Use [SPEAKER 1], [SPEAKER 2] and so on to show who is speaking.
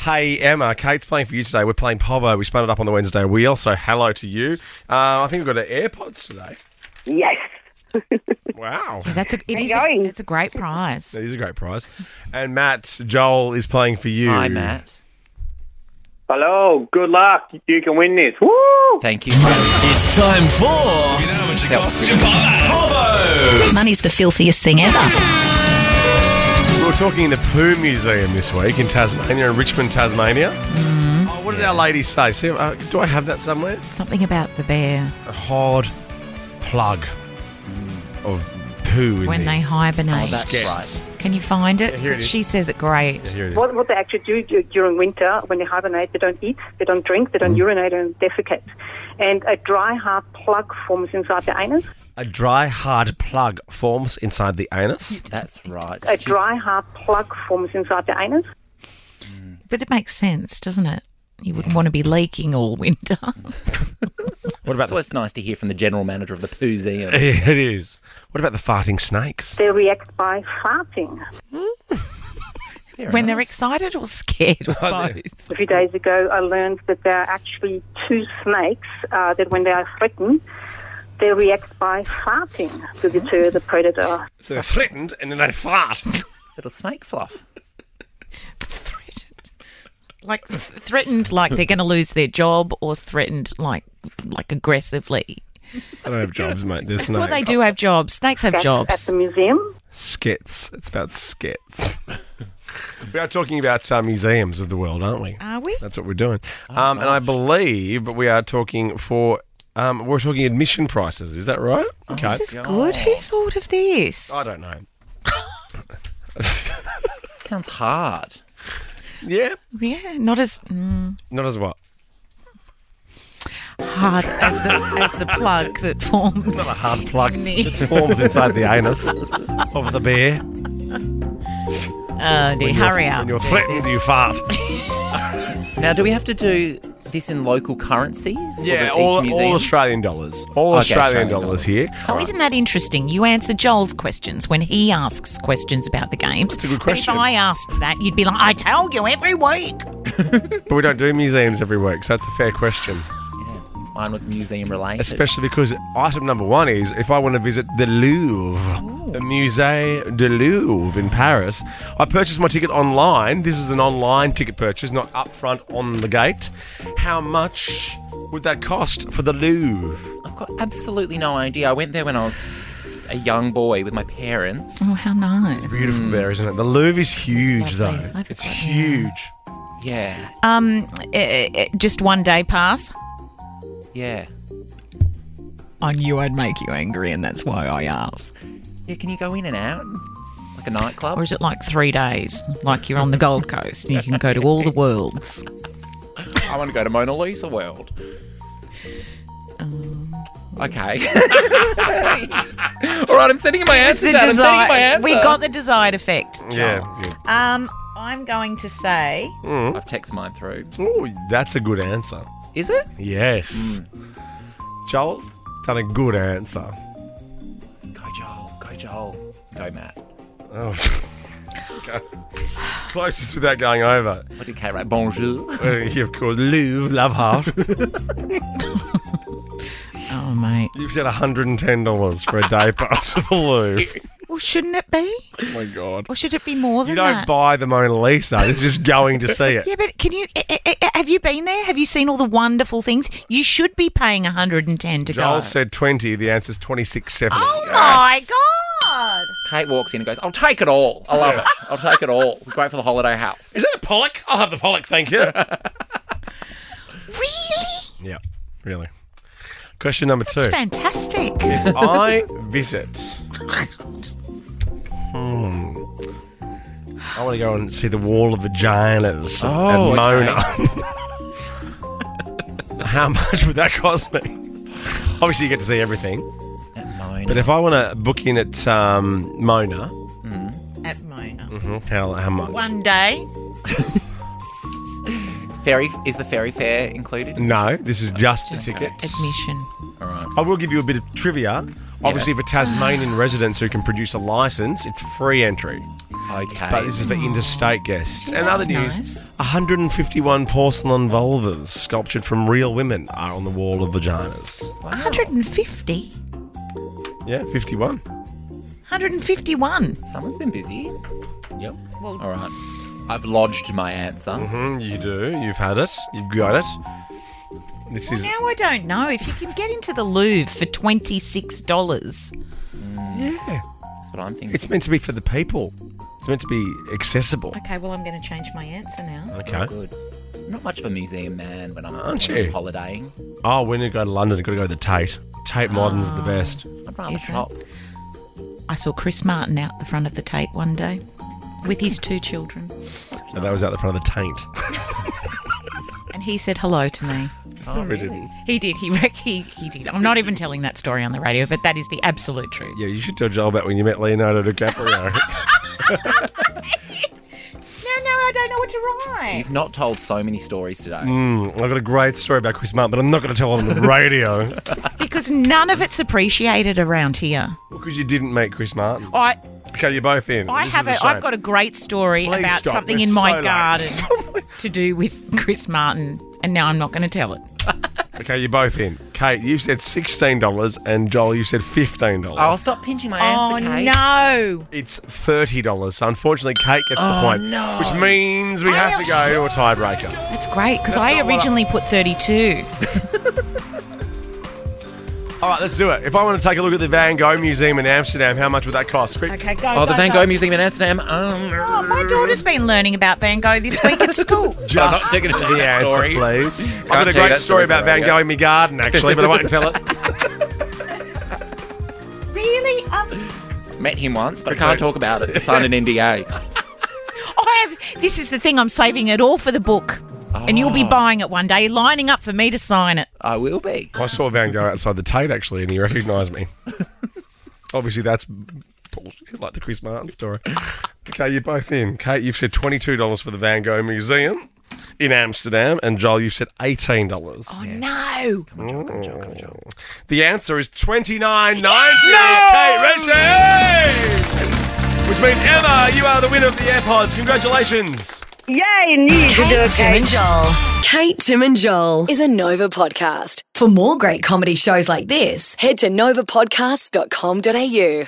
[SPEAKER 1] Hey, Emma, Kate's playing for you today. We're playing Povo. We spun it up on the Wednesday wheel, so hello to you. Uh, I think we've got our AirPods today.
[SPEAKER 2] Yes.
[SPEAKER 1] Wow.
[SPEAKER 3] That's a, it is a,
[SPEAKER 2] going.
[SPEAKER 3] it's a great prize.
[SPEAKER 1] That is a great prize. And Matt, Joel is playing for you.
[SPEAKER 4] Hi, Matt.
[SPEAKER 5] Hello, good luck. You can win this. Woo!
[SPEAKER 4] Thank you. That
[SPEAKER 6] It's time for. You know how much it costs
[SPEAKER 4] was good.
[SPEAKER 6] Povo.
[SPEAKER 7] Money's the filthiest thing ever.
[SPEAKER 1] We were talking in the Pooh Museum this week in Tasmania, in Richmond, Tasmania.
[SPEAKER 4] Mm-hmm.
[SPEAKER 1] Oh, what did our lady say? See, uh, do I have that somewhere?
[SPEAKER 3] Something about the bear
[SPEAKER 1] A hard plug of poo in
[SPEAKER 3] when
[SPEAKER 1] there.
[SPEAKER 3] they hibernate.
[SPEAKER 4] That's Mm. right.
[SPEAKER 3] Can you find it?
[SPEAKER 1] Yeah, here it
[SPEAKER 3] 'Cause
[SPEAKER 1] is.
[SPEAKER 3] she says it great.
[SPEAKER 1] Yeah, here it is.
[SPEAKER 2] What, what they actually do du- during winter when they hibernate, they don't eat, they don't drink, they don't urinate, and defecate. And a dry, hard plug forms inside the anus.
[SPEAKER 1] A dry, hard plug forms inside the anus.
[SPEAKER 4] That's right.
[SPEAKER 2] A
[SPEAKER 4] She's-
[SPEAKER 2] dry, hard plug forms inside the anus.
[SPEAKER 3] But it makes sense, doesn't it? You wouldn't want to be leaking all winter.
[SPEAKER 1] What about
[SPEAKER 4] It's always nice to hear from the general manager of the
[SPEAKER 1] the...
[SPEAKER 4] Pooseum.
[SPEAKER 1] It is. What about the farting snakes?
[SPEAKER 2] They react by farting.
[SPEAKER 3] when they're excited or scared or
[SPEAKER 1] Oh, they-
[SPEAKER 3] both.
[SPEAKER 2] A few days ago, I learned that there are actually two snakes uh, that, when they are threatened, they react by farting to deter the predator.
[SPEAKER 1] So they're threatened and then they fart.
[SPEAKER 4] Little snake fluff.
[SPEAKER 3] Threatened. Like th- threatened like they're going to lose their job or threatened like like aggressively.
[SPEAKER 1] I don't have jobs, mate. There's
[SPEAKER 3] Well, they do have jobs. Snakes have
[SPEAKER 2] That's at
[SPEAKER 3] jobs.
[SPEAKER 2] the museum.
[SPEAKER 1] Skits. It's about skits. we are talking about uh, museums of the world, aren't we?
[SPEAKER 3] Are we?
[SPEAKER 1] That's what we're doing. um, and I believe we are talking for. Um, we're talking admission prices. Is that right? Okay.
[SPEAKER 3] Oh, This is good. Who thought of this?
[SPEAKER 1] I don't know.
[SPEAKER 4] Sounds hard.
[SPEAKER 1] Yeah.
[SPEAKER 3] Yeah, not as mm,
[SPEAKER 1] Not as what.
[SPEAKER 3] hard as the as the plug that forms.
[SPEAKER 1] A hard plug
[SPEAKER 3] in the-
[SPEAKER 1] forms inside the anus of the bear.
[SPEAKER 3] Oh dear, hurry up. Oh,
[SPEAKER 1] When you're threatened, you fart.
[SPEAKER 4] Now, do we have to do this in local currency? for the-
[SPEAKER 1] Yeah,
[SPEAKER 4] each
[SPEAKER 1] all,
[SPEAKER 4] museum?
[SPEAKER 1] all Australian dollars. All
[SPEAKER 4] Okay,
[SPEAKER 1] Australian,
[SPEAKER 4] Australian
[SPEAKER 1] dollars
[SPEAKER 4] dollars.
[SPEAKER 1] here.
[SPEAKER 3] Oh, isn't that interesting? You answer Joel's questions when he asks questions about the games.
[SPEAKER 1] That's a good
[SPEAKER 3] But
[SPEAKER 1] question.
[SPEAKER 3] if I asked that, you'd be like, I tell you every week.
[SPEAKER 1] But we don't do museums every week, so that's a fair question.
[SPEAKER 4] Mine was museum related.
[SPEAKER 1] Especially because item number one is if I want to visit the Louvre, the Musée du Louvre in Paris, I purchased my ticket online. This is an online ticket purchase, not up front on the gate. How much would that cost for the Louvre?
[SPEAKER 4] I've got absolutely no idea. I went there when I was a young boy with my parents.
[SPEAKER 1] Mm-hmm.
[SPEAKER 3] Oh, how nice.
[SPEAKER 1] Beautiful there, isn't it? The Louvre is huge,
[SPEAKER 3] lovely.
[SPEAKER 1] though.
[SPEAKER 3] I've
[SPEAKER 1] It's
[SPEAKER 3] got- yeah.
[SPEAKER 1] huge.
[SPEAKER 4] Yeah,
[SPEAKER 3] Um, uh, uh, just one day pass.
[SPEAKER 4] yeah.
[SPEAKER 3] I knew I'd make you angry, and that's why I asked.
[SPEAKER 4] Yeah, can you go in and out? Like a nightclub?
[SPEAKER 3] Or is it like three days, like you're on the Gold Coast and you can go to all the worlds?
[SPEAKER 4] I want to go to Mona Lisa World.
[SPEAKER 1] Um,
[SPEAKER 4] Okay. All right, I'm sending in my answer. Dad. I'm sending in my answer.
[SPEAKER 3] We got the desired effect.
[SPEAKER 1] Yeah. yeah.
[SPEAKER 3] Um, I'm going to say
[SPEAKER 4] I've texted mine through.
[SPEAKER 1] Oh, that's a good answer.
[SPEAKER 4] Is it?
[SPEAKER 1] Yes. Joel's done a good answer.
[SPEAKER 4] Go Joel. Go Joel. Go Matt.
[SPEAKER 1] Oh. Okay. Closest without going over.
[SPEAKER 4] What did Kate write? Bonjour.
[SPEAKER 1] Uh, yeah, of course, Lou, love heart.
[SPEAKER 3] Oh, mate.
[SPEAKER 1] You've said $110 for a day pass for the Louvre.
[SPEAKER 3] Well, shouldn't it be?
[SPEAKER 1] Oh my God.
[SPEAKER 3] Or should it be more than
[SPEAKER 1] You don't
[SPEAKER 3] that?
[SPEAKER 1] buy the Mona Lisa, it's just going to see it.
[SPEAKER 3] yeah, but can you? eh, eh, eh, Have you been there? Have you seen all the wonderful things? You should be paying 110 to
[SPEAKER 1] Joel
[SPEAKER 3] go.
[SPEAKER 1] said 20, the answer's 26.70.
[SPEAKER 3] oh my god!
[SPEAKER 4] Kate walks in and goes, I'll take it all. I love it. I'll take it all. Great for the holiday house.
[SPEAKER 1] Is that a Pollock? I'll have the Pollock, thank you.
[SPEAKER 3] Really?
[SPEAKER 1] yeah, really. Question number two.
[SPEAKER 3] It's fantastic.
[SPEAKER 1] If I visit. Hmm. I want to go and see the wall of vaginas
[SPEAKER 4] Oh,
[SPEAKER 1] and Mona. How much would that cost me? Obviously, you get to see everything.
[SPEAKER 4] At Mona.
[SPEAKER 1] But if I want to book in at um, Mona, hmm,
[SPEAKER 3] At Mona.
[SPEAKER 1] how, how much?
[SPEAKER 3] One day.
[SPEAKER 4] Ferry is the ferry fare included?
[SPEAKER 1] No, this is just the ticket.
[SPEAKER 3] Admission.
[SPEAKER 1] I will give you a bit of trivia. Obviously, for Tasmanian residents who can produce a license, it's free entry.
[SPEAKER 4] Okay.
[SPEAKER 1] But this is for interstate guests. And other
[SPEAKER 3] That's
[SPEAKER 1] news
[SPEAKER 3] nice.
[SPEAKER 1] 151 porcelain vulvas sculptured from real women are on the wall of vaginas.
[SPEAKER 3] 150?
[SPEAKER 1] Yeah, 51.
[SPEAKER 3] 151.
[SPEAKER 4] Someone's been busy.
[SPEAKER 1] Yep.
[SPEAKER 4] All right. I've lodged my answer.
[SPEAKER 1] Mm, you do. You've had it. You've got it. This is.
[SPEAKER 3] Now I don't know. If you can get into the Louvre for $26,
[SPEAKER 1] Yeah.
[SPEAKER 4] That's what I'm thinking.
[SPEAKER 1] It's meant to be for the people, it's meant to be accessible.
[SPEAKER 3] okay, well, I'm going to change my answer now.
[SPEAKER 1] Okay.
[SPEAKER 4] good. I'm not much of a museum man when I'm,
[SPEAKER 1] Aren't
[SPEAKER 4] when I'm
[SPEAKER 1] you?
[SPEAKER 4] holidaying.
[SPEAKER 1] Oh, when you go to London, you got to go to the Tate. Tate Modern's
[SPEAKER 4] Ah.
[SPEAKER 1] the best.
[SPEAKER 4] I'd rather
[SPEAKER 3] Is it?
[SPEAKER 4] shop.
[SPEAKER 3] I saw Chris Martin out the front of the Tate one day with his two children,
[SPEAKER 1] And that was out the front of the taint.
[SPEAKER 3] and he said hello to me.
[SPEAKER 4] Oh, really?
[SPEAKER 3] He did. He, rec- he he did. I'm not even telling that story on the radio, but that is the absolute truth.
[SPEAKER 1] Yeah, you should tell Joel about when you met Leonardo DiCaprio.
[SPEAKER 3] No, no, I don't know what to write.
[SPEAKER 4] You've not told so many stories today.
[SPEAKER 1] I've got a great story about Chris Martin, but I'm not going to tell it on the radio.
[SPEAKER 3] Because none of it's appreciated around here.
[SPEAKER 1] Because you didn't meet Chris Martin.
[SPEAKER 3] I
[SPEAKER 1] Okay, you're both in.
[SPEAKER 3] I
[SPEAKER 1] This
[SPEAKER 3] have
[SPEAKER 1] is
[SPEAKER 3] a, I've got a great story
[SPEAKER 1] Please
[SPEAKER 3] about
[SPEAKER 1] stop.
[SPEAKER 3] something
[SPEAKER 1] We're
[SPEAKER 3] in my
[SPEAKER 1] so late.
[SPEAKER 3] garden to do with Chris Martin, and now I'm not going to tell it.
[SPEAKER 1] shame. Okay, you're both in. Kate, you said sixteen dollars, and Joel, you said fifteen dollars.
[SPEAKER 4] I'll stop pinching my
[SPEAKER 3] Oh
[SPEAKER 4] answer, Kate.
[SPEAKER 3] no!
[SPEAKER 4] Oh.
[SPEAKER 1] It's thirty dollars. So unfortunately, Kate gets the point,
[SPEAKER 4] no.
[SPEAKER 1] which means we have to go to a tiebreaker.
[SPEAKER 3] That's great because
[SPEAKER 1] That's
[SPEAKER 3] I
[SPEAKER 1] not what I-
[SPEAKER 3] originally put 32.
[SPEAKER 1] All right, let's do it. If I want to take a look at the Van Gogh Museum in Amsterdam, how much would that cost? Quick.
[SPEAKER 3] Okay, go.
[SPEAKER 4] Oh, the
[SPEAKER 3] go,
[SPEAKER 4] Van
[SPEAKER 3] go.
[SPEAKER 4] Gogh Museum in Amsterdam. Um,
[SPEAKER 3] Oh, my daughter's been learning about Van Gogh this week at school.
[SPEAKER 1] Just
[SPEAKER 4] not taking it to
[SPEAKER 1] the
[SPEAKER 4] that
[SPEAKER 1] answer,
[SPEAKER 4] story.
[SPEAKER 1] please. I've
[SPEAKER 4] tell
[SPEAKER 1] got
[SPEAKER 4] you
[SPEAKER 1] a great
[SPEAKER 4] that
[SPEAKER 1] story
[SPEAKER 4] story
[SPEAKER 1] about
[SPEAKER 4] for
[SPEAKER 1] Van
[SPEAKER 4] radio.
[SPEAKER 1] Gogh in my garden, actually, but I won't tell it.
[SPEAKER 3] really? Um,
[SPEAKER 4] met him once, but I can't talk about it. Signed an NDA.
[SPEAKER 3] I have. This is the thing. I'm saving it all for the book, and you'll be buying it one day, lining up for me to sign it.
[SPEAKER 4] I will be.
[SPEAKER 1] I saw Van Gogh outside the Tate actually, and he recognised me. Obviously, that's bullshit, like the Chris Martin story. Okay, you're both in. Kate, you've said twenty-two dollars for the Van Gogh Museum in Amsterdam, and Joel, you've said eighteen dollars. Mm.
[SPEAKER 3] Oh no!
[SPEAKER 1] The answer is twenty-nine ninety. Kate Richards, which means Emma, you are the winner of the AirPods. Congratulations.
[SPEAKER 2] Yay, new
[SPEAKER 7] Kate, Tim and Joel. Kate, Tim and Joel is a Nova podcast. For more great comedy shows like this, head to novapodcast.com.au.